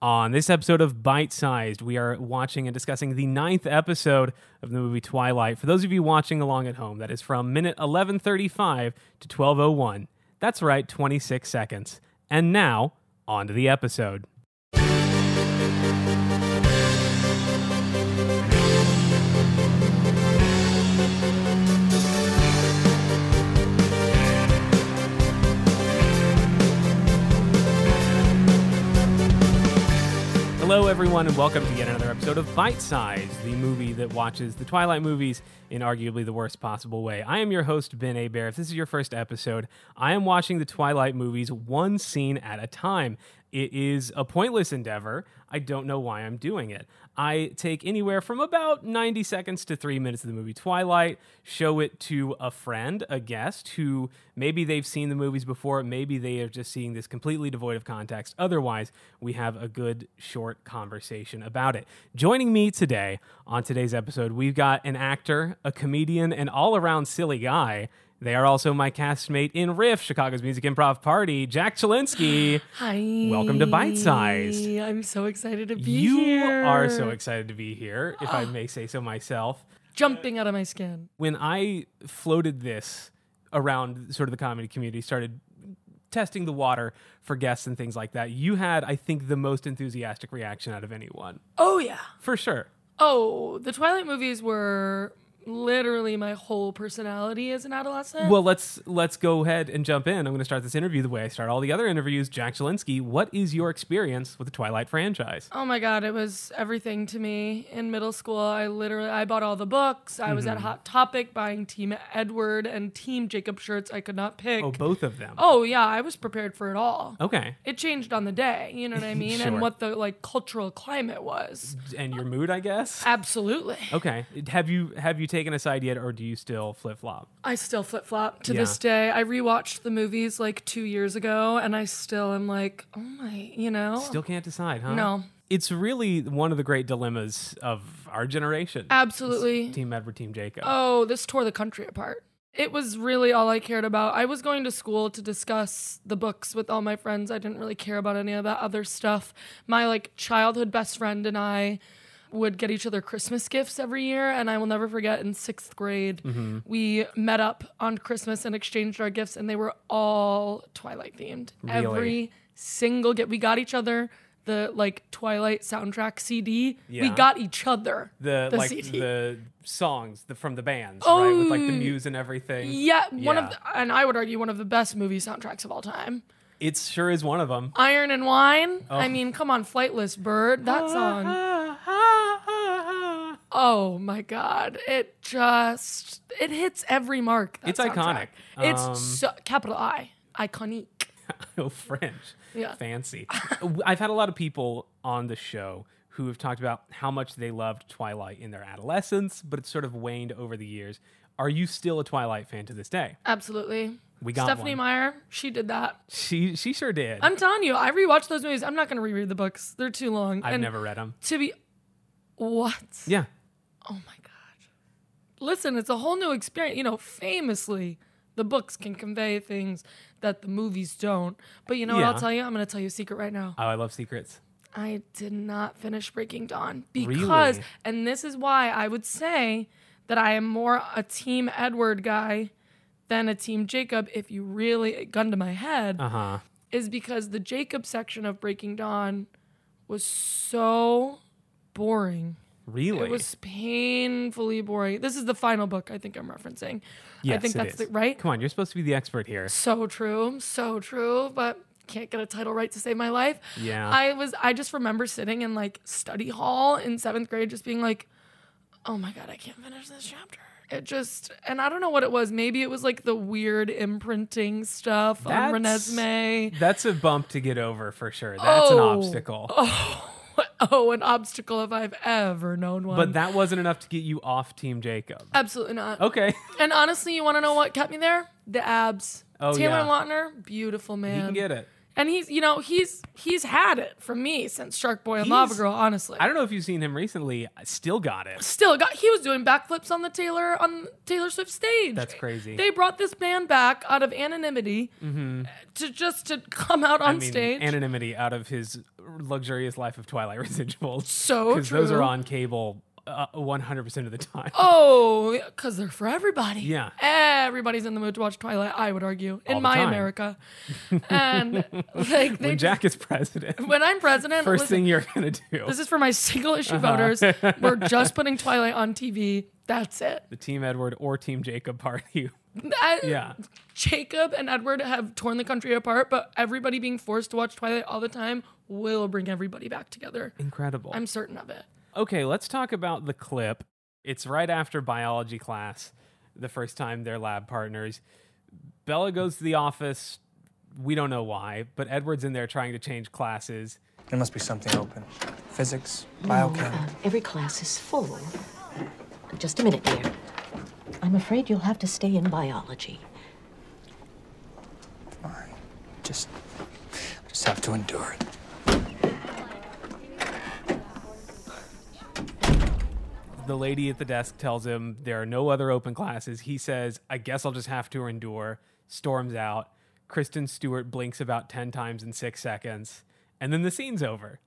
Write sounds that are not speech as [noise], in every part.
On this episode of Bite Sized, we are watching and discussing the ninth episode of the movie Twilight. For those of you watching along at home, that is from minute 1135 to 1201. That's right, 26 seconds. And now, on to the episode. Hello, everyone, and welcome to yet another episode of Bite Size, the movie that watches the Twilight movies in arguably the worst possible way. I am your host, Ben Abair. If this is your first episode, I am watching the Twilight movies one scene at a time. It is a pointless endeavor. I don't know why I'm doing it. I take anywhere from about 90 seconds to three minutes of the movie Twilight, show it to a friend, a guest who maybe they've seen the movies before, maybe they are just seeing this completely devoid of context. Otherwise, we have a good short conversation about it. Joining me today on today's episode, we've got an actor, a comedian, and all around silly guy. They are also my castmate in Riff, Chicago's Music Improv Party, Jack Chalinsky. Hi. Welcome to Bite Sized. I'm so excited to be You here. are so excited to be here, if [gasps] I may say so myself. jumping out of my skin. When I floated this around sort of the comedy community, started testing the water for guests and things like that, you had, I think, the most enthusiastic reaction out of anyone. Oh yeah. For sure. Oh, the Twilight movies were literally my whole personality as an adolescent. Well, let's let's go ahead and jump in. I'm going to start this interview the way I start all the other interviews. Jack Jelinski, what is your experience with the Twilight franchise? Oh my god, it was everything to me in middle school. I literally I bought all the books. I was Mm-hmm. at Hot Topic buying Team Edward and Team Jacob shirts I could not pick. Oh, both of them. oh yeah, I was prepared for it all. Okay. It changed on the day, you know [laughs] what I mean? Sure. And what the like cultural climate was. And your mood, I [laughs] guess. Absolutely. Okay. Have you have you taken a side yet, or do you still flip flop? I still flip flop to Yeah. this day. I rewatched the movies like two years ago, and I still am like, oh my, you know, Still can't decide, huh? No. It's really one of the great dilemmas of our generation. absolutely. Team Edward, Team Jacob. Uh, Oh, this tore the country apart. It was really all I cared about. I was going to school to discuss the books with all my friends. I didn't really care about any of that other stuff. My like childhood best friend and I would get each other Christmas gifts every year, and I will never forget in sixth grade, Mm-hmm. we met up on Christmas and exchanged our gifts, and they were all Twilight themed. Really? Every single gift. We got each other the like Twilight soundtrack CD. We Yeah. got each other the, like CD. the songs the, from the bands, right? With like the Oh, muse and everything. Yeah, one Yeah. of the, and I would argue one of the best movie soundtracks of all time. It sure is one of them. Iron and Wine. Oh. I mean, come on, Flightless Bird, that song. Oh my god, it just it hits every mark. that It's soundtrack. iconic. Um, It's so, capital I, iconic. [laughs] oh, French. Yeah. [laughs] Fancy. I've had a lot of people on the show who have talked about how much they loved Twilight in their adolescence, but it's sort of waned over the years. Are you still a Twilight fan to this day? Absolutely. We got Stephanie one. Meyer. She did that. She she sure did. i I'm telling you, I rewatched those movies. I'm not going to reread the books; they're too long. have and never read them. to be what. Yeah. Oh my god. Listen, it's a whole new experience. You know, famously, the books can convey things that the movies don't. But you know what Yeah. I'll tell you? I'm going to tell you a secret right now. Oh, I love secrets. I did not finish Breaking Dawn because Really? and this is why I would say that I am more a team Edward guy than a team Jacob if you really gun to my head Uh huh. is because the Jacob section of Breaking Dawn was so boring. Really? It was painfully boring. This is the final book I think I'm referencing. I Yes, think it that's is. the right. Come on, you're supposed to be the expert here. So true, so true, but can't get a title right to save my life. Yeah. I was I just remember sitting in like study hall in 7th grade just being like, "Oh my god, I can't finish this chapter." It just and I don't know what it was. Maybe it was like the weird imprinting stuff on That's- Renesmee. That's a bump to get over for sure. That's an Oh. obstacle. Oh, an obstacle if I've ever known one. But that wasn't enough to get you off Team Jacob. Absolutely not. Okay. [laughs] And honestly, you want to know what kept me there? The abs. Oh, Taylor yeah. Lautner, beautiful man. you can get it. and he's you know he's he's had it from me since Shark Boy and He's- Lava Girl. Honestly, I don't know if you've seen him recently. I Still got it. still got he was doing backflips on the Taylor on Taylor Swift stage. That's crazy. Mm-hmm. They brought this man back out of anonymity to just to come out on I mean, stage. anonymity out of his luxurious life of Twilight [laughs] residuals. So those true. are on cable uh, 100% of the time. oh, because they're for everybody. Yeah. everybody's in the mood to watch Twilight. I would argue in All the my time. America, [laughs] and like they when [laughs] Jack is [laughs] president, when I'm president, first listen, thing Uh-huh. you're going to do, This is for my single issue voters. [laughs] We're just putting Twilight on TV. That's it. the Team Edward or Team Jacob party. [laughs] I- yeah. Jacob and Edward have torn the country apart, but everybody being forced to watch Twilight all the time will bring everybody back together. Incredible. I'm certain of it. Okay, let's talk about the clip. It's right after biology class, the first time they're lab partners. Bella goes to the office. We don't know why, but Edward's in there trying to change classes. There must be something open. Physics, biochem. Uh, every class is full. Just a minute, dear. I'm afraid you'll have to stay in biology. Just, just have to endure it. The lady at the desk tells him there are no other open classes. He says, I guess I'll just have to endure. Storms out. Kristen Stewart blinks about 10 times in six seconds. And then the scene's over.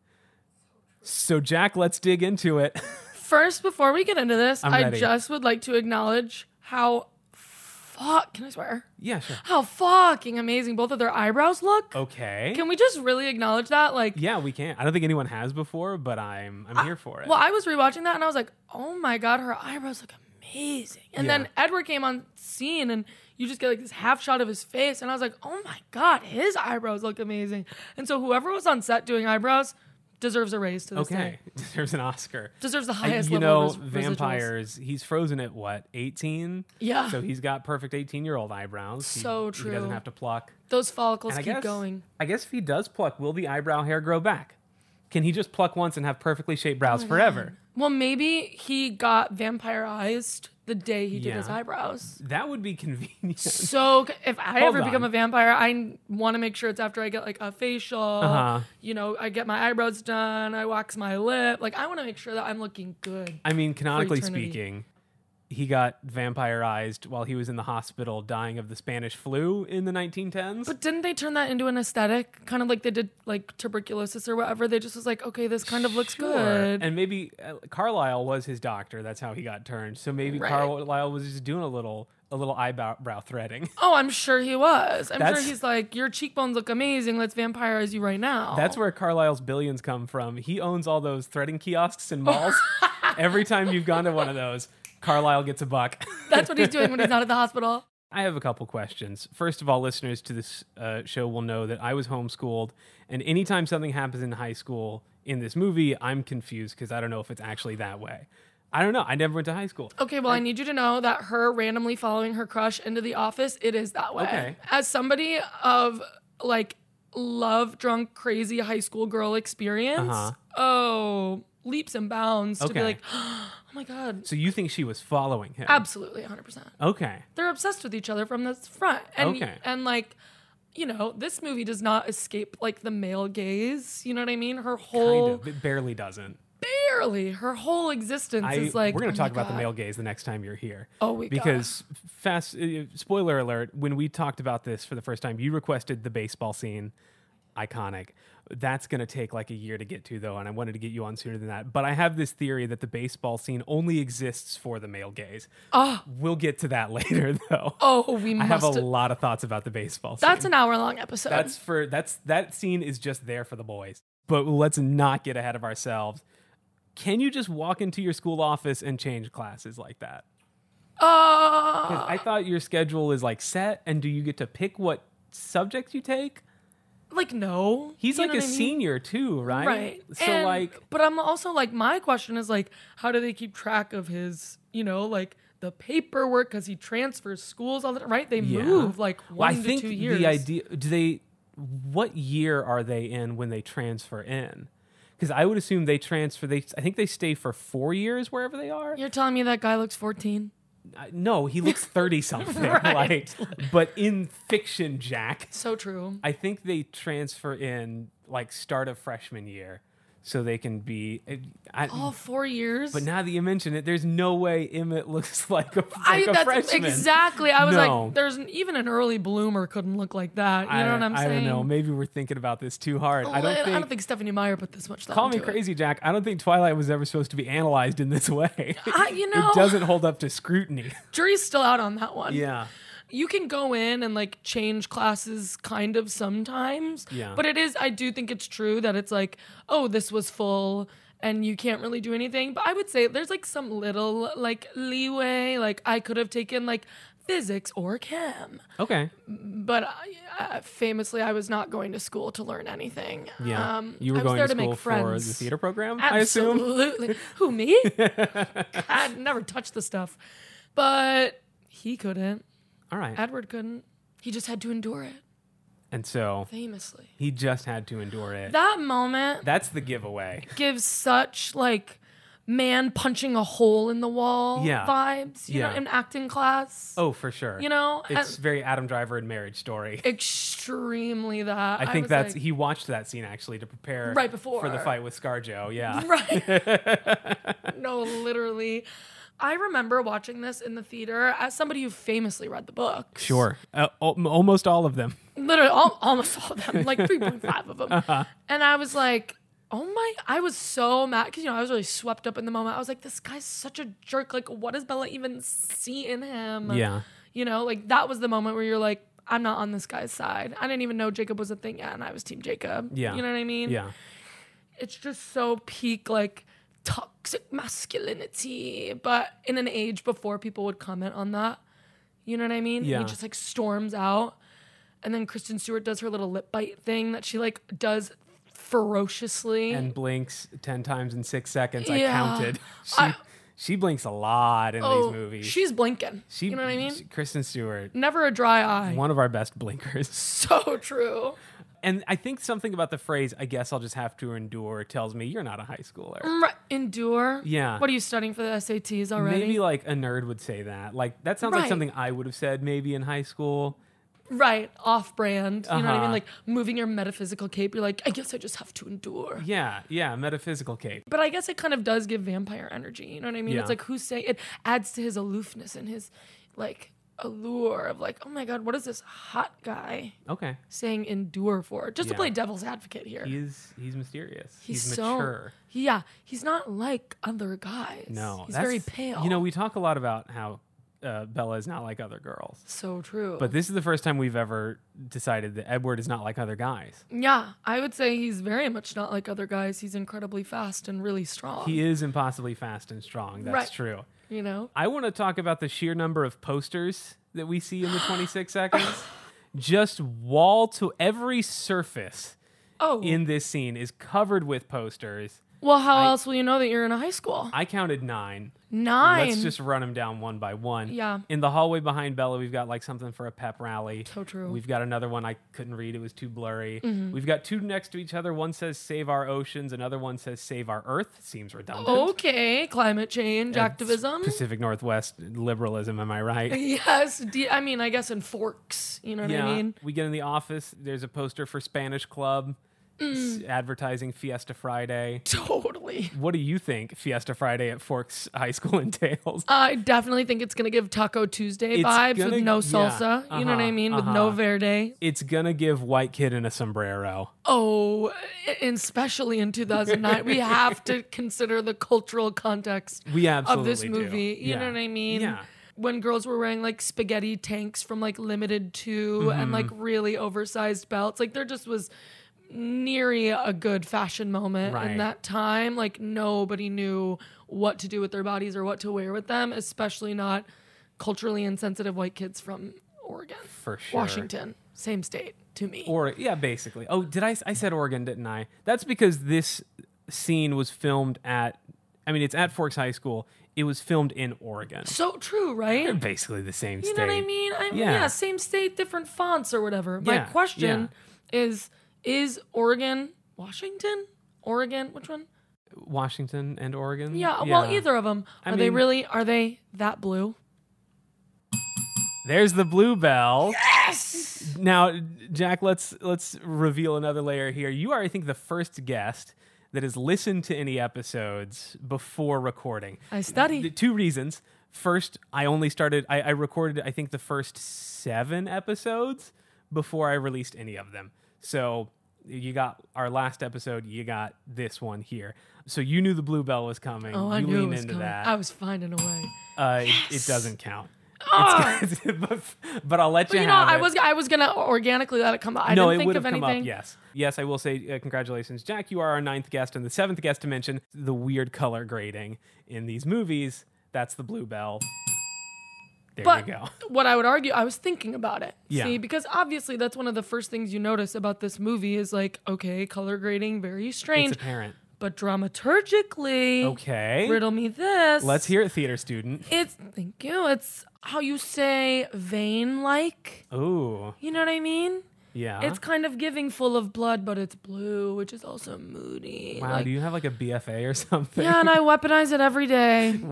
So, Jack, let's dig into it. [laughs] First, before we get into this, I'm I ready. just would like to acknowledge how fuck can I swear? yeah, sure. How fucking amazing both of their eyebrows look. Oh. Okay. Can we just really acknowledge that? Like Yeah, we can. I don't think anyone has before, but I'm I'm here for it. Ah, Well, I was rewatching that and I was like, oh my god, her eyebrows look amazing. And Yeah. then Edward came on scene and you just get like this half shot of his face, and I was like, oh my god, his eyebrows look amazing. And so whoever was on set doing eyebrows deserves a raise to this day. okay, [laughs] deserves an Oscar. Deserves the I- highest you level know, of res- residuals. vampires. He's frozen at what 18. Yeah. So he's got perfect 18 year old eyebrows. He- So He true. doesn't have to pluck. Those follicles And I keep guess going. I guess if he does pluck, will the eyebrow hair grow back? Can he just pluck once and have perfectly shaped Oh, brows forever? Well, maybe he got vampirized the day he did his Yeah. eyebrows. That would be [laughs] convenient. So c- if I Hold ever become on. a vampire, I want to make sure it's after I get like a facial. Uh-huh. You know, I get my eyebrows done, I wax my lip. Like I want to make sure that I'm looking good. I mean, canonically eternity. speaking, he got vampirized while he was in the hospital dying of the Spanish flu in the 1910s. But didn't they turn that into an aesthetic, kind of like they did like tuberculosis or whatever? They just was like, okay, this kind of looks Sure. good. And maybe uh, Carlisle was his doctor. That's how he got turned. So maybe Right. Carlisle was just doing a little a little eyebrow brow threading. oh, I'm sure he was. I'm sure That's- he's like, your cheekbones look amazing. Let's vampirize you right now. That's where Carlisle's billions come from. He owns all those threading kiosks in [laughs] malls. Every time you've gone to one of those, Carlisle gets a buck. [laughs] that's what he's doing when he's not at the hospital. I have a couple questions. First of all, listeners to this uh, show will know that I was homeschooled, and anytime something happens in high school in this movie, I'm confused because I don't know if it's actually that way. I don't know. I never went to high school. Okay, well, I need you to know that her randomly following her crush into the office, it is that way. Okay. As somebody of like love drunk, crazy high school girl experience, Uh-huh. oh, leaps and bounds to be Okay. like, [gasps] oh my God. So you think she was following him? Absolutely, 100%. Okay. They're obsessed with each other from the front. And, Okay. and like, you know, this movie does not escape like the male gaze. You know what I mean? Her whole, Kind of. It barely doesn't. barely, her whole existence I, is like. we're going oh to talk my about the God. male gaze the next time you're here. Oh, we gotta. because fast uh, spoiler alert. When we talked about this for the first time, you requested the baseball scene, iconic. That's going to take like a year to get to though, and I wanted to get you on sooner than that. But I have this theory that the baseball scene only exists for the male gaze. Oh. we'll get to that [laughs] later though. Ah. Oh, we I must. have a lot of thoughts about the baseball. scene. That's an hour long episode. That's for that's that scene is just there for the boys. But let's not get ahead of ourselves. Can you just walk into your school office and change classes like that? uh, 'Cause I thought your schedule is like set, and do you get to pick what subjects you take? like no. He's You like know a what I mean? senior too, right? Right. So And- like, but I'm also like my question is like how do they keep track of his, you know, like the paperwork cuz he transfers schools all the right? They yeah. move like one Well, I to think 2 years. the idea. Do they? What year are they in when they transfer in? Because I would assume they transfer. They I think they stay for four years wherever they are. You're telling me that guy looks 14? I- no, he [laughs] looks 30 something. Like, but in fiction, Jack, So true. I think they transfer in like start of freshman year so they can be. I, All four years. but now that you mention it, there's no way Emmett looks [laughs] like a, like I, a that's freshman. exactly. I was No. like, there's an, even an early bloomer couldn't look like that. You I, know what I'm I saying? don't know. Maybe we're thinking about this too hard. I don't Well, think. I don't think Stephanie Meyer put this much thought Call me into it. crazy, Jack. I don't think Twilight was ever supposed to be analyzed in this [laughs] way. I- you know- it doesn't hold up to [laughs] scrutiny. Jury's still out on that one. yeah. you can go in and like change classes kind of sometimes. Yeah. But it is, I do think it's true that it's like, oh, this was full and you can't really do anything. But I would say there's like some little like leeway. Like I could have taken like physics or chem. Okay. But I, uh, famously, I was not going to school to learn anything. Yeah. Um, you were I was going there to to school make for friends. the theater program, I assume. [laughs] Absolutely. Who me? I never touched the stuff. But he couldn't. All right. Edward couldn't. He just had to endure it, and so famously. he just had to endure it. That moment That's the giveaway. gives such like man punching a hole in the wall Yeah. vibes, you Yeah. know, in acting class. Oh, for sure. You know, it's and- very Adam Driver and Marriage [laughs] Story. Extremely that. I think was that's like, he watched that scene actually to prepare Right for the before. fight with ScarJo. [laughs] Yeah. right. no, literally. I remember watching this in the theater as somebody who famously read the book. Sure. Uh, al- almost all of them. literally al- almost all of them, [laughs] like 3.5 of them. Uh-huh. And I was like, oh my, I was so mad because, you know, I was really swept up in the moment. I was like, this guy's such a jerk. Like, what does Bella even see in him? Yeah. You know, like that was the moment where you're like, I'm not on this guy's side. I didn't even know Jacob was a thing yet, and I was Team Jacob. Yeah. You know what I mean? Yeah. It's just so peak, like, toxic masculinity, but in an age before people would comment on that. You know what I mean? Yeah. He just like storms out. And then Kristen Stewart does her little lip bite thing that she like does ferociously. and blinks 10 times in six seconds. I Yeah. counted. [laughs] She, I- she blinks a lot in oh, these movies. she's blinking. she, you know what I mean? she- Kristen Stewart, Never a dry eye. one of our best blinkers. [laughs] So true. And I think something about the phrase, I guess I'll just have to endure, tells me you're not a high schooler. Mm, Endure. Yeah. What are you studying for the SATs already? Maybe like a nerd would say that. Like, that sounds like Right. something I would have said maybe in high school. right. Off brand. You know what I Uh-huh. mean? Like moving your metaphysical cape. You're like, I guess I just have to endure. Yeah, yeah, metaphysical cape. But I guess it kind of does give vampire energy. You know what I mean? Yeah. It's like who's saying it adds to his aloofness and his like allure of like, oh my god, what is this hot guy Okay. saying endure for? Just Yeah. to play devil's advocate here. He is, he's mysterious. he's, He's, so mature. yeah, he's not like other guys. no, he's that's- very pale. You know, we talk a lot about how uh, Bella is not like other girls. so true. But this is the first time we've ever decided that Edward is not like other guys. yeah, I would say he's very much not like other guys. He's incredibly fast and really strong. He is impossibly fast and strong. That's Mm. Right. true. you know, I want to talk about the sheer number of posters that we see [gasps] in the 26 seconds. Just wall to every surface oh in this scene is covered with posters. well, how else will you know that you're in a high school? I counted nine. Nine. Let's just run them down one by one. Yeah. In the hallway behind Bella, we've got like something for a pep rally. So true. Mm-hmm. We've got another one I couldn't read. It was too blurry. We've got two next to each other. One says save our oceans, another one says save our earth. Seems redundant. Okay, climate change Oh, activism. Pacific Northwest liberalism, am I [laughs] right? Yes, D- I mean, I guess in forks. You know what [laughs] I mean? We get in the office, there's a poster for Spanish Club Mm. s- advertising Fiesta Friday. Totally. What do you think Fiesta Friday at Forks High School [laughs] entails? I definitely think it's gonna give Taco Tuesday It's vibes gonna- with no yeah, salsa. you know what uh-huh, I mean? With no verde. It's gonna give white kid in a sombrero. Oh, and especially in 2009, we [laughs] have to consider the cultural context We of absolutely this movie. Do. You Yeah. know what I mean? Yeah. When girls were wearing like spaghetti tanks from like Limited 2 and like Mm-hmm. really oversized belts, like there just was nearly a good fashion moment Right. in that time. Like nobody knew what to do with their bodies or what to wear with them, especially not culturally insensitive white kids from Oregon, For sure. Washington, same state to me. Or yeah, basically. Oh, did I? I said Oregon, didn't I? That's because this scene was filmed at. I mean, it's at Forks High School. It was filmed in Oregon. so true, right? They're basically the same You state. know what I mean? I mean Yeah. yeah. same state, different fonts or whatever. My Yeah, question is is Oregon Washington? Oregon, which one? Washington and Oregon. Yeah, well, either of them. I Are they mean- really are they that blue? There's the bluebell. Yes. Now, Jack, let's let's reveal another layer here. You are, I think, the first guest that has listened to any episodes before recording. I study. The two reasons. First, I only started. I, I recorded, I think, the first seven episodes before I released any of them. So you got our last episode. You got this one here. So you knew the bluebell was coming. oh, you I leaned knew it was into coming. that I was finding a way. uh, it, it doesn't count. It's- [laughs] Ah! but, but I'll let you, But you know, have I it. was I was gonna organically let it come up. I no, didn't it think would of have come anything. up. Yes, yes, I will say uh, congratulations, Jack. You are our ninth guest and the seventh guest to mention the weird color grading in these movies. That's the bluebell. There But you go. what I would argue, I was thinking about it. Yeah. See, because obviously that's one of the first things you notice about this movie is like, okay, color grading, very It's strange, apparent. but dramaturgically, Okay, riddle me this. let's hear it, theater student. It's thank you. It's how you say vein like. Ooh, You know what I mean? yeah. It's kind of giving full of blood, but it's blue, which is also moody. wow. Like- do you have like a BFA or something? [laughs] yeah, and I weaponize it [laughs] every day. Any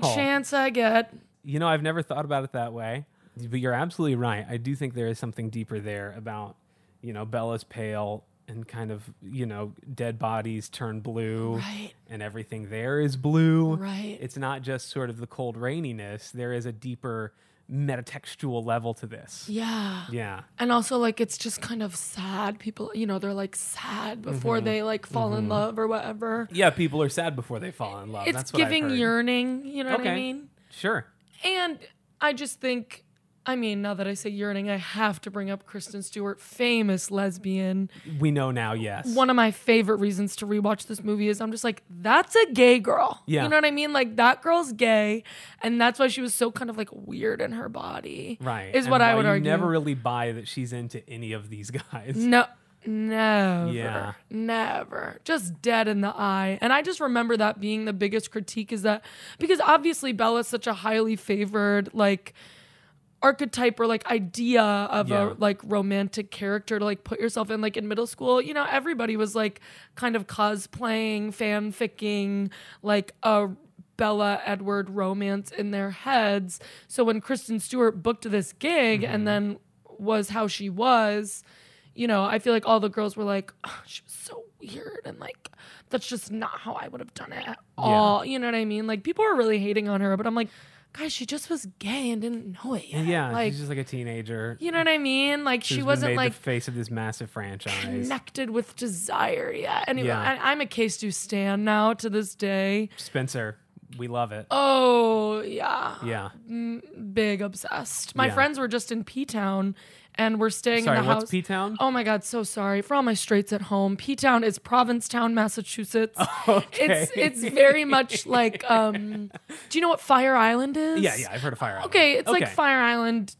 Wow. chance I get. You know, I've never thought about it that way, but you're absolutely right. I do think there is something deeper there about, you know, Bella's pale and kind of, you know, dead bodies turn blue Right. and everything there is blue. Right. It's not just sort of the cold raininess, there is a deeper metatextual level to this. Yeah. Yeah. And also, like, it's just kind of sad. People, you know, they're like sad before Mm-hmm. they like fall in love or whatever. Yeah, people are sad before they fall in love. it's That's what I've giving heard. yearning. You know what Okay. I mean? Sure. And I just think, I mean, now that I say yearning, I have to bring up Kristen Stewart, famous lesbian. We know now, yes. One of my favorite reasons to rewatch this movie is I'm just like, that's a gay girl. Yeah. You know what I mean? Like, that girl's gay. And that's why she was so kind of like weird in her body. right. Is And what I why would you argue. never really buy that she's into any of these guys. No, never. Yeah. Never. Just dead in the eye. And I just remember that being the biggest critique is that because obviously Bella's such a highly favored, like, archetype or like idea of Yeah. a like romantic character to like put yourself in like in middle school you know everybody was like kind of cosplaying fanficking like a Bella Edward romance in their heads so when Kristen Stewart booked this gig Mm-hmm. and then was how she was you know I feel like all the girls were like oh, she was so weird and like that's just not how I would have done it at all you know what I mean like people were really hating on her but I'm like guys she just was gay and didn't know it yet Yeah, like she's just like a teenager. you know what I mean? Like who's she been wasn't made like the face of this massive franchise. connected with desire yet. Anyway, Yeah. I, I'm a case to stand now to this day. Spencer, we love it. Oh yeah, yeah. big obsessed. My Yeah. friends were just in P Town, and we're staying Sorry, in the what's house. P Town? Oh my god, so sorry for all my straights at home. P Town is Provincetown, Massachusetts. [laughs] Okay. It's it's [laughs] very much like um. Do you know what Fire Island is? yeah, yeah. I've heard of Fire Island. Okay, it's like Fire Island,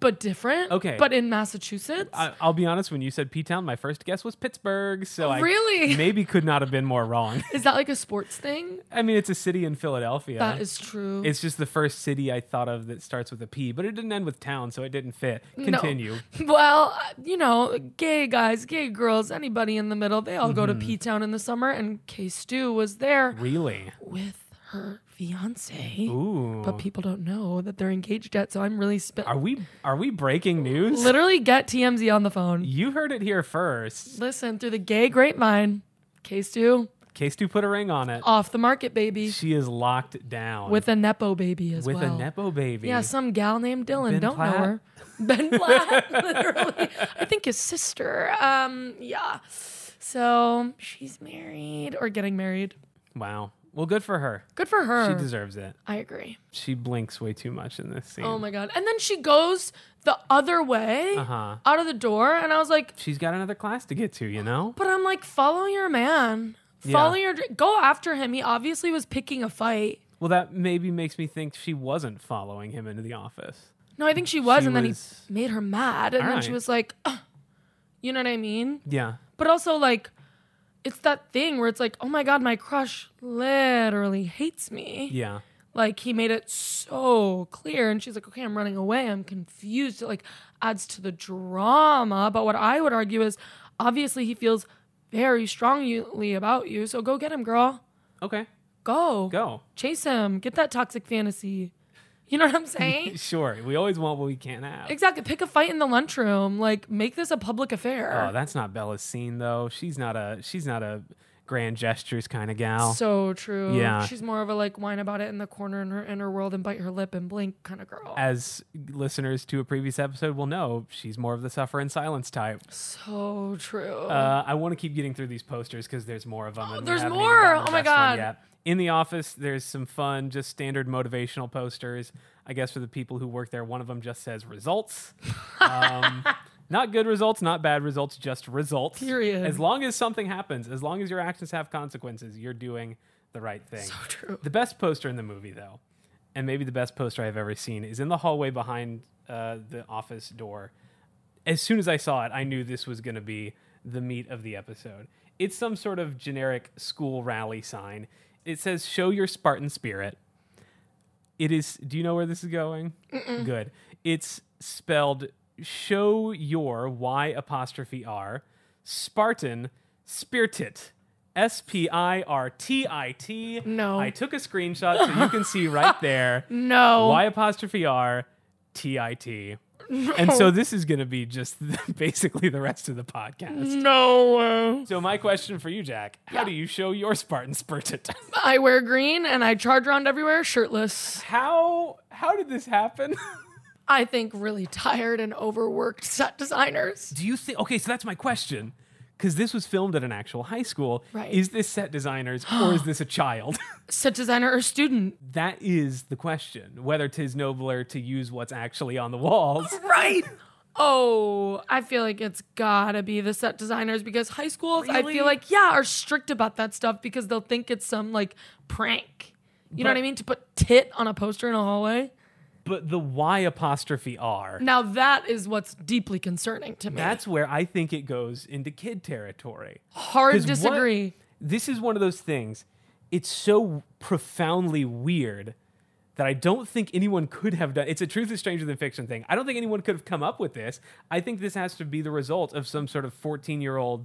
but different. Okay. Uh, but in Massachusetts. I, I'll be honest. When you said P Town, my first guess was Pittsburgh. So I Really? [laughs] maybe could not have been more wrong. [laughs] Is that like a sports thing? I mean, it's a city in Philadelphia. That is true. It's just the first city I thought of that starts with a P, but it didn't end with town, so it didn't fit. Continue. [laughs] well, uh, you know, gay guys, gay girls, anybody in the middle, they all go to Mm-hmm. P Town in the summer. And K Stu was there Really? with her fiance. Ooh. But people don't know that they're engaged yet. So I'm really spit. Are we are we breaking news? Literally get TMZ on the phone. You heard it here first. Listen, through the gay grapevine, K Stu Case two put a ring on it. off the market, baby. She is locked down With a Nepo baby as with well. a nepo baby. Yeah, some gal named Dylan. Ben don't Platt? know [laughs] her. Ben Platt, literally. I think his sister. Um, yeah. So she's married or getting married. Wow. Well, good for her. Good for her. She deserves it. I agree. She blinks way too much in this scene. Oh my god. And then she goes the other way Uh-huh. out of the door, and I was like, She's got another class to get to, you know? but I'm like, follow your man. Follow your dr- go after him. He obviously was picking a fight. Well, that maybe makes me think she wasn't following him into the office. No, I think she was, She and then was- he made her mad, and then she Alright. was like, "Ugh." you know what I mean? Yeah. But also like it's that thing where it's like, "Oh my god, my crush literally hates me." Yeah. Like he made it so clear and she's like, "Okay, I'm running away. I'm confused." It like adds to the drama, but what I would argue is obviously he feels very strongly about you, so go get him, girl. Okay. Go. Go. Chase him. Get that toxic fantasy. You know what [laughs] I'm saying? Sure, we always want what we can't have. exactly. Pick a fight in the lunchroom. Like, make this a public affair. Oh, that's not Bella's scene though. She's not a she's not a grand gestures kind of gal. so true. Yeah. She's more of a like whine about it in the corner in her inner world and bite her lip and blink kind of girl. As listeners to a previous episode will know, she's more of the suffer in silence type. so true. Uh, I want to keep getting through these posters because there's more of them. and we there's haven't more! even gotten to Oh the my best one God. yet. In the office, there's some fun, just standard motivational posters. I guess for the people who work there, one of them just says [laughs] results. Um, not good results, not bad results, just results. Period. As long as something happens, as long as your actions have consequences, you're doing the right thing. So true. The best poster in the movie, though, and maybe the best poster I've ever seen, is in the hallway behind uh, the office door as soon as I saw it, I knew this was going to be the meat of the episode. It's some sort of generic school rally sign. It says, Show your Spartan spirit. It is, do you know where this is going? Good. It's spelled show your, Y apostrophe R, Spartan spiritit. S P I R T I T. No. I took a screenshot so you can see [laughs] right there. no. Y apostrophe R T I T. And so this is going to be just [laughs] basically the rest of the Mm. podcast. No. So my question for you, Jack, how do you show your Spartan spirited? I wear green and I charge around everywhere shirtless. [laughs] how how did this happen? [laughs] I think really tired and overworked set designers. do you think Okay, so that's my question. Cuz this was filmed at an actual high school. Right. Is this set designers or is this a [gasps] child? Set designer or student. that is the question. Whether 'tis nobler to use what's actually on the walls. [laughs] Right. Oh, I feel like it's gotta be the set designers because high schools, I Really? feel like, yeah, are strict about that stuff because they'll think it's some like prank. You know what I mean? To put tit on a poster in a hallway. But the Y apostrophe R. Now that is what's deeply concerning to me. That's where I think it goes into kid territory. hard 'Cause what- disagree. this is one of those things. It's so profoundly weird that I don't think anyone could have done. It's a truth is stranger than fiction thing. I don't think anyone could have come up with this. I think this has to be the result of some sort of fourteen-year-old.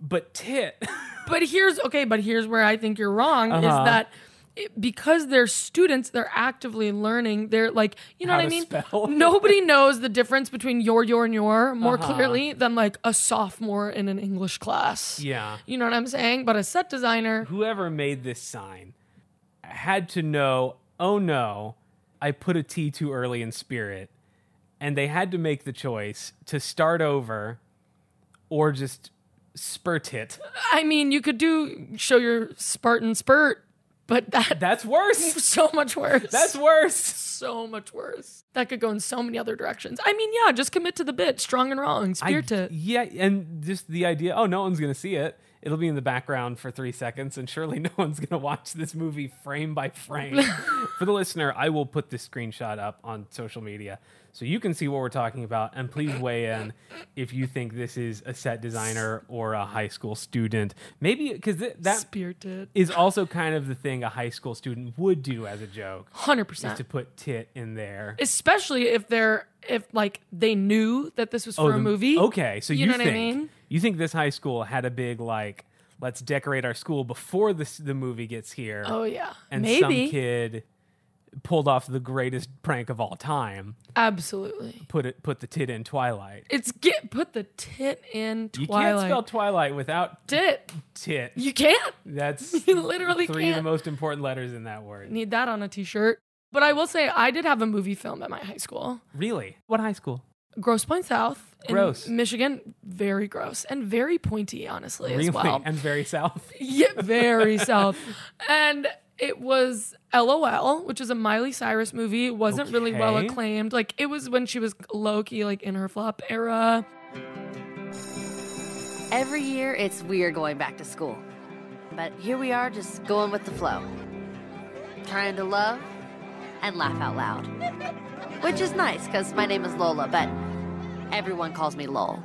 But tit, [laughs] But here's okay, but here's where I think you're wrong Uh-huh. is that it, because they're students, they're actively learning. They're like, you know How what I to mean? spell. [laughs] Nobody knows the difference between your, your, and your more Uh-huh. clearly than like a sophomore in an English class. Yeah. You know what I'm saying? But a set designer, whoever made this sign had to know. Oh no, I put a T too early in spirit, and they had to make the choice to start over, or just spurt it. I mean, you could do show your Spartan spurt, but that [laughs] That's worse. so much worse. That's worse. so much worse. That could go in so many other directions. I mean, yeah, just commit to the bit, strong and wrong, I- spear to. Yeah, and just the idea. Oh, no one's gonna see it. It'll be in the background for three seconds, and surely [laughs] no one's gonna watch this movie frame by frame. for the listener, I will put this screenshot up on social media so you can see what we're talking about, and please weigh in if you think this is a set designer or a high school student. Maybe because th- that Spirited. is also kind of the thing a high school student would do as a joke, Hundred is to percent. put tit in there. Especially if they're if like they knew that this was for a Oh, the- movie. Okay, so you, You know what I think mean? you think this high school had a big like let's decorate our school before this the movie gets here, Oh yeah. and Maybe. some kid pulled off the greatest prank of all time, Absolutely. put it put the tit in Twilight. It's get put the tit in You Twilight. can't spell Twilight without tit. tit. You can't. [laughs] That's You literally 3 of can't. the most important letters in that word. Need that on a t-shirt. But I will say I did have a movie film at my high school. Really? What high school? Gross Point South in Gross. Michigan. Very gross and very pointy, honestly, Really? as well. [laughs] And very south. Yeah, very south. And it was LOL, which is a Miley Cyrus movie. wasn't really well Okay. acclaimed. Like it was when she was low key, like in her flop era. Every year, it's weird going back to school. But here we are, just going with the flow. Trying to love and laugh out loud. Which is nice, because my name is Lola, but everyone calls me Lol.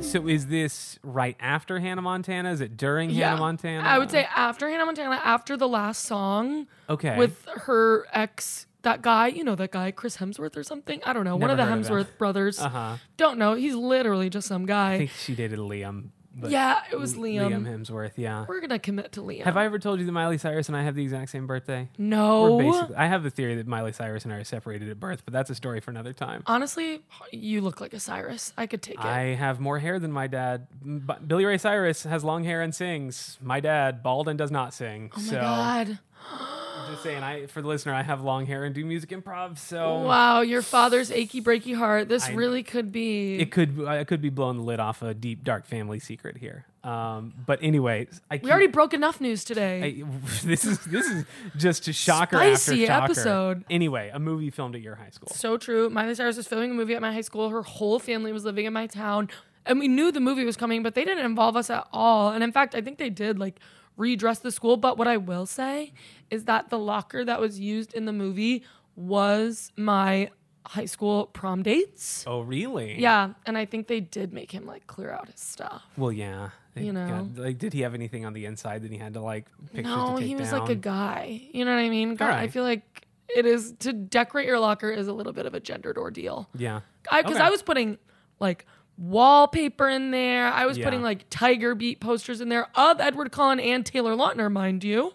So is this right after Hannah Montana? Is it during Hannah Montana? I would say after Hannah Montana, after the last song Okay. with her ex, that guy, you know that guy, Chris Hemsworth or something. I don't know. One of Never the heard of him. Hemsworth brothers. Uh-huh. Don't know. He's literally just some guy. I think she dated Liam But yeah, it was Liam. Liam Hemsworth. Yeah. We're gonna commit to Liam. Have I ever told you that Miley Cyrus and I have the exact same birthday? No. We're basically, I have the theory that Miley Cyrus and I are separated at birth, but that's a story for another time. Honestly, you look like a Cyrus. I could take it. I have more hair than my dad. M- but Billy Ray Cyrus has long hair and sings. My dad, bald and does not sing. oh my so god. just saying, I for the listener, I have long hair and do music improv. So Wow, your father's achy breaky heart. This I- really could be it could I could be blowing the lid off a deep dark family secret here. Um, but anyway, I We already broke enough news today. I, [laughs] this is this is just a shocker Spicy after shocker. episode. Anyway, a movie filmed at your high school. so true. Miley Cyrus was filming a movie at my high school. Her whole family was living in my town. And we knew the movie was coming, but they didn't involve us at all. And in fact, I think they did like redress the school. But what I will say is that the locker that was used in the movie was my high school prom dates. Oh really? Yeah. And I think they did make him like clear out his stuff. Well, yeah. They You know. got- like, did he have anything on the inside that he had to like pictures No, to take he was like a down? guy. You know what I mean? God, I right. feel like it is to decorate your locker is a little bit of a gendered ordeal. Yeah. [laughs] Because Okay. I, was putting like wallpaper in there. I was Yeah. putting like Tiger Beat posters in there of Edward Cullen and Taylor Lautner, mind [laughs] you,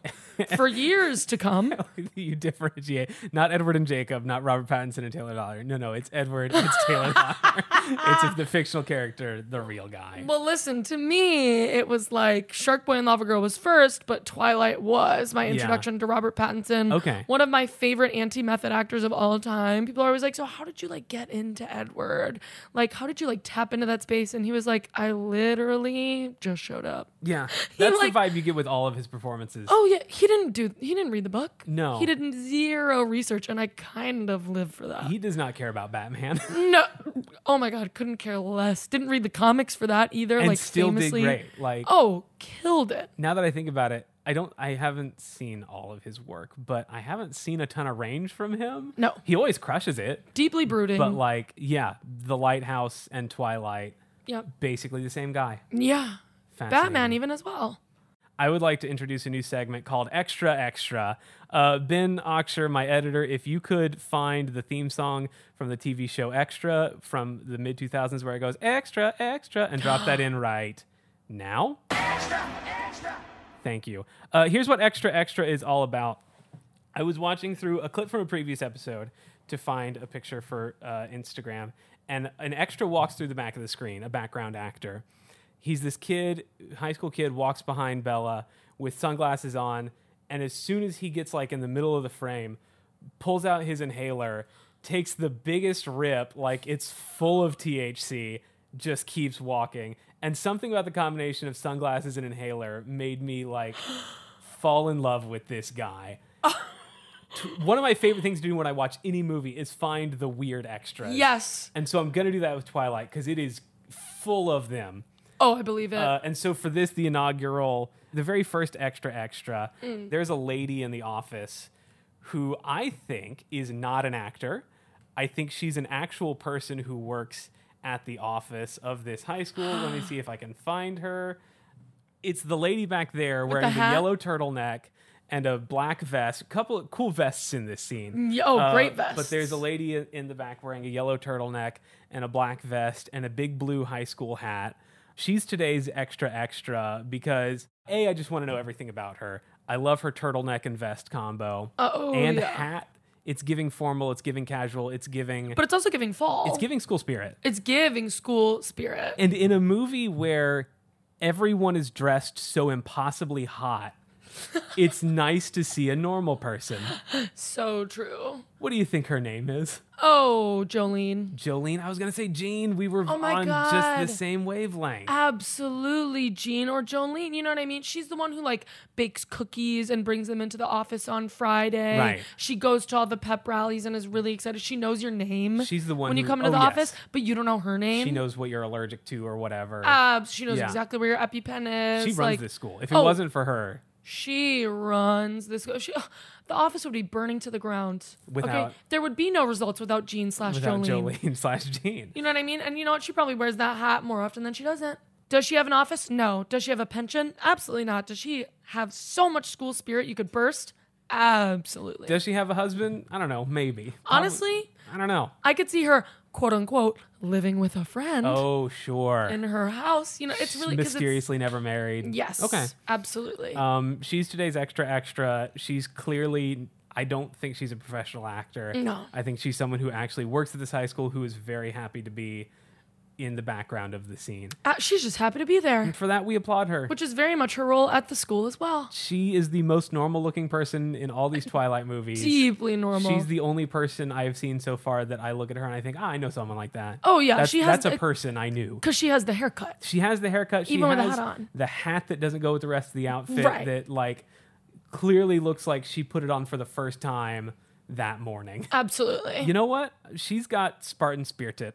for years to come. you differentiate not Edward and Jacob, not Robert Pattinson and Taylor Lautner. No, no, it's Edward, it's [laughs] Taylor Lautner. It's the fictional character, the real guy. Well, listen, to me, it was like Shark Boy and Lava Girl was first, but Twilight was my introduction to Robert Pattinson. Okay. One of my favorite anti method actors of all time. People are always like, So, how did you like get into Edward? Like, how did you like tap into that space? And he was like, I literally just showed up. [laughs] yeah, that's like- the vibe you get with all of his performances. Oh, yeah. He didn't do, he didn't read the book. No. He did zero research, and I kind of live for that. He does not care about Batman, no. Oh, my God. Couldn't care less. Didn't read the comics for that either. [laughs] and like, still famously. did great. Like Oh, killed it. now that I think about it, I don't. I haven't seen all of his work, but I haven't seen a ton of range from him. No. Mm-hmm. he always crushes it. deeply brooding. But like, yeah, The Lighthouse and Twilight, yep. basically the same guy. Yeah. Fascinating. Batman even as well. I would like to introduce a new segment called Extra Extra. Uh, ben Oxer, my editor, if you could find the theme song from the TV show Extra from the mid 2000s where it goes Extra Extra and drop that in right now. Thank you. Uh, here's what Extra Extra is all about. I was watching through a clip from a previous episode to find a picture for uh, Instagram, and an extra walks through the back of the screen, a background actor. He's this kid, high school kid, walks behind Bella with sunglasses on, and as soon as he gets like in the middle of the frame, pulls out his inhaler, takes the biggest rip, like it's full of THC, just keeps walking. And something about the combination of sunglasses and inhaler made me like fall in love with this guy. T- One of my favorite things to do when I watch any movie is find the weird extras. Yes. And so I'm going to do that with Twilight because it is full of them. Oh, I believe it. Uh, and so for this, the inaugural, the very first extra extra, Mm. there's a lady in the office who I think is not an actor. I think she's an actual person who works at the office of this high school. Let [gasps] me see if I can find her. It's the lady back there wearing the the, hat? yellow turtleneck and a black vest. A couple of cool vests in this scene. Y- oh, great uh, But there's vests. a lady i- in the back wearing a yellow turtleneck and a black vest and a big blue high school hat. She's today's extra extra because A, I just want to know everything about her. I love her turtleneck and vest combo. Oh, and yeah. hat. It's giving formal, it's giving casual, it's giving but oh. it's also giving fall. it's giving school spirit. It's giving school spirit. And in a movie where everyone is dressed so impossibly [laughs] hot, it's nice to see a normal person. so true. What do you think her name is? Oh, Jolene. Jolene. I was gonna say Jean. We were Oh my on God. just the same wavelength. Absolutely, Jean or Jolene. You know what I mean? She's the one who like bakes cookies and brings them into the office on Friday. Right. She goes to all the pep rallies and is really excited. She knows your name. She's the one when you who- come into oh, the yes. office, but you don't know her name. she knows what you're allergic to or whatever. Uh, she knows Yeah. exactly where your EpiPen is. she runs like, this school. If it oh. wasn't for her, She runs this. She, the office would be burning to the ground. Without- there would be no results without Jean slash without Jolene. Jolene [laughs] slash Jean. You know what I mean? And you know what? She probably wears that hat more often than she doesn't. Does she have an office? No. Does she have a pension? Absolutely not. Does she have so much school spirit you could burst? Absolutely. Does she have a husband? I don't know. Maybe. Probably- Honestly, I don't know. I could see her quote unquote living with a friend Oh, sure. in her house. You know, it's really 'cause it's- Mysteriously never married. Yes. Okay. Absolutely. Um, she's today's extra extra. She's clearly. I don't think she's a professional actor. No. I think she's someone who actually works at this high school who is very happy to be in the background of the scene. Uh, she's just happy to be there, For that, we applaud her. which is very much her role at the school as well. she is the most normal looking person in all these Twilight movies. Deeply normal. She's the only person I have seen so far that I look at her and I think, ah, I know someone like that. Oh, yeah, that's, she has that's a the- person I knew. because she has the haircut. She has the haircut. She Even with has the hat on. the hat that doesn't go with the rest of the outfit. Right. That like clearly looks like she put it on for the first time that morning. Absolutely. You know what? She's got Spartan spirited.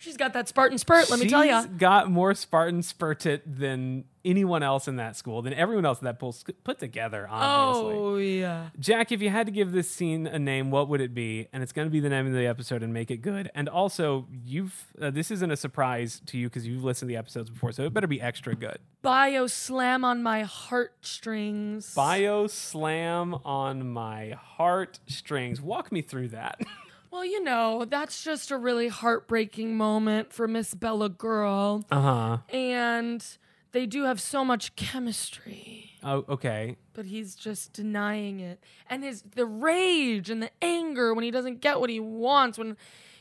She's got that Spartan spurt, let me tell She's you. got more Spartan spirited than anyone else in that school, than everyone else in that pool s- put together. Honestly. Oh, yeah. Jack, if you had to give this scene a name, what would it be? And it's going to be the name of the episode and make it good. And also, you've uh, this isn't a surprise to you because you've listened to the episodes before, so it better be extra good. Bio slam on my heartstrings. Bio slam on my heartstrings. Walk me through that. Well, you know, that's just a really heartbreaking moment for Miss Bella Girl. Uh huh. And they do have so much chemistry, Oh, okay. but he's just denying it. And his the rage and the anger when he doesn't get what he wants when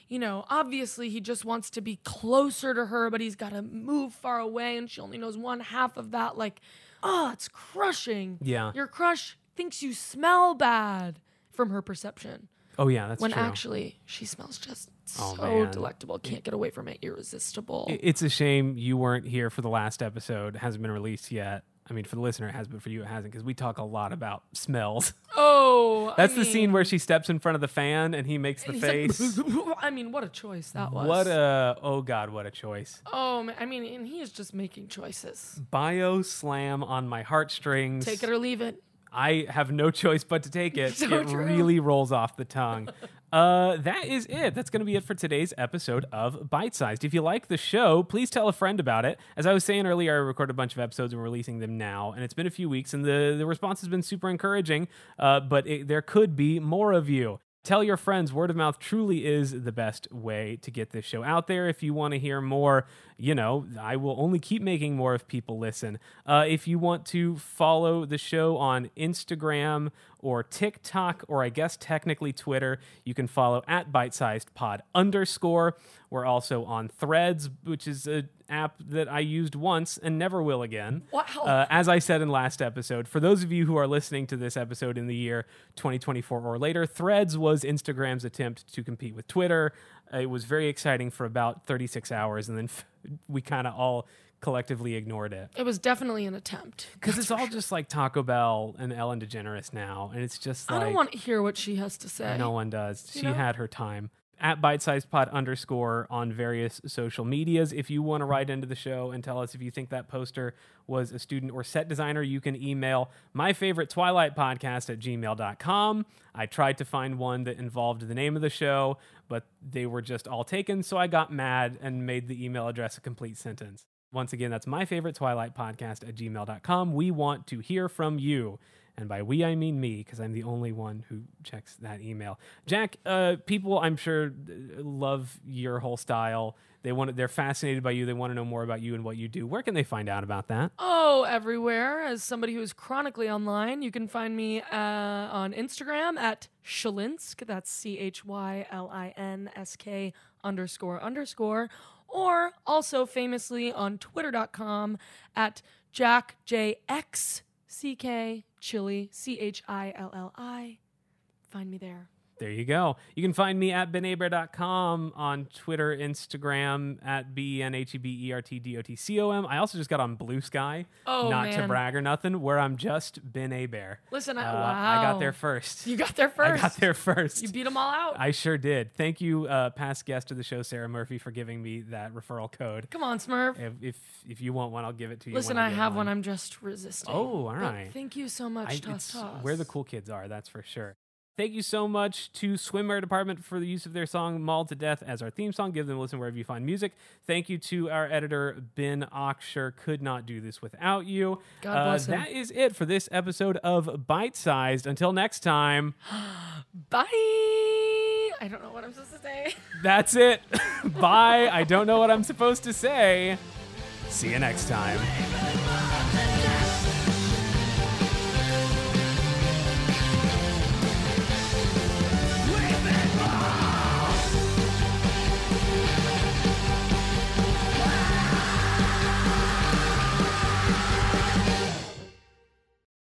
you know, obviously he just wants to be closer to her, but he's got to move far away and she only knows one half of that like oh, it's crushing. Yeah. Your crush thinks you smell bad from her perception Oh yeah, that's when true. actually she smells just Oh, so man. delectable. Can't get away from it. Irresistible. I- it's a shame you weren't here for the last episode. It hasn't been released yet. I mean, for the listener, it has, but for you, it hasn't because we talk a lot about smells. [laughs] oh, I That's the scene mean, where she steps in front of the fan and he makes the [laughs] he's face. like, I mean, what a choice that was. What a oh god, what a choice. Oh man, I mean, and he is just making choices. Bio slam on my heartstrings. Take it or leave it. I have no choice but to take it. [laughs] So it true. really rolls off the [laughs] tongue. uh, that is it. That's going to be it for today's episode of Bite Sized. If you like the show, please tell a friend about it. As I was saying earlier, I recorded a bunch of episodes and we're releasing them now, and it's been a few weeks, and the, the response has been super encouraging, uh, but it, there could be more of you. Tell your friends. Word of mouth truly is the best way to get this show out there. If you want to hear more, you know, I will only keep making more if people listen. Uh, if you want to follow the show on Instagram or TikTok, or I guess technically Twitter, you can follow at bite sized pod underscore. We're also on Threads, which is an app that I used once and never will again. Wow. Uh, uh, as I said in last episode, for those of you who are listening to this episode in the year 2024 or later, Threads was Instagram's attempt to compete with Twitter. Uh, it was very exciting for about 36 hours, and then [laughs] f- we kind of all collectively ignored it It was definitely an attempt. because it's all just like Taco Bell and Ellen DeGeneres now, and it's just I like don't want to hear what she has to say. no one does. She know? had her time. At bite sized pod underscore on various social medias. If you want to write into the show and tell us if you think that poster was a student or set designer, you can email my favorite Twilight podcast at gmail.com. I tried to find one that involved the name of the show, but they were just all taken, so I got mad and made the email address a complete sentence. Once again, that's my favorite Twilight podcast at gmail.com. We want to hear from you. And by we, I mean me, because I'm the only one who checks that email. Jack, uh, people, I'm sure, uh, love your whole style. They want, they're fascinated by you. They want to know more about you and what you do. Where can they find out about that? Oh, everywhere. As somebody who is chronically online, you can find me uh, on Instagram at Shalinsk. That's C H Y L I N S K underscore underscore. Or also famously on twitter.com at Jack J X C K Chili C H I L L I. Find me there. There you go. You can find me at benaber.com on Twitter, Instagram, at B E N H E B E R T D O T C O M. I also just got on Blue Sky, Oh, not to man. brag or nothing, where I'm just Ben Abear. Listen, I- Uh, I wow. got there first. You got [laughs] there I first. got there first. You beat them all out. I sure did. Thank you, uh, past guest of the show, Sarah Murphy, for giving me that referral code. Come on, Smurf. If if, if you want one, I'll give it to you. Listen, when I get have one. one. I'm just resisting. Oh, all But right. thank you so much, I- Toss it's Toss. where the cool kids are, that's for sure. Thank you so much to Swimwear Department for the use of their song Mauled to Death as our theme song. Give them a listen wherever you find music. Thank you to our editor, Ben Oxshire. Could not do this without you. Uh, God bless him. That is it for this episode of Bite Sized. Until next time. Bye. I I don't know what I'm supposed to say. [laughs] That's [laughs] it. Bye. I don't know what I'm supposed to say. See you next time.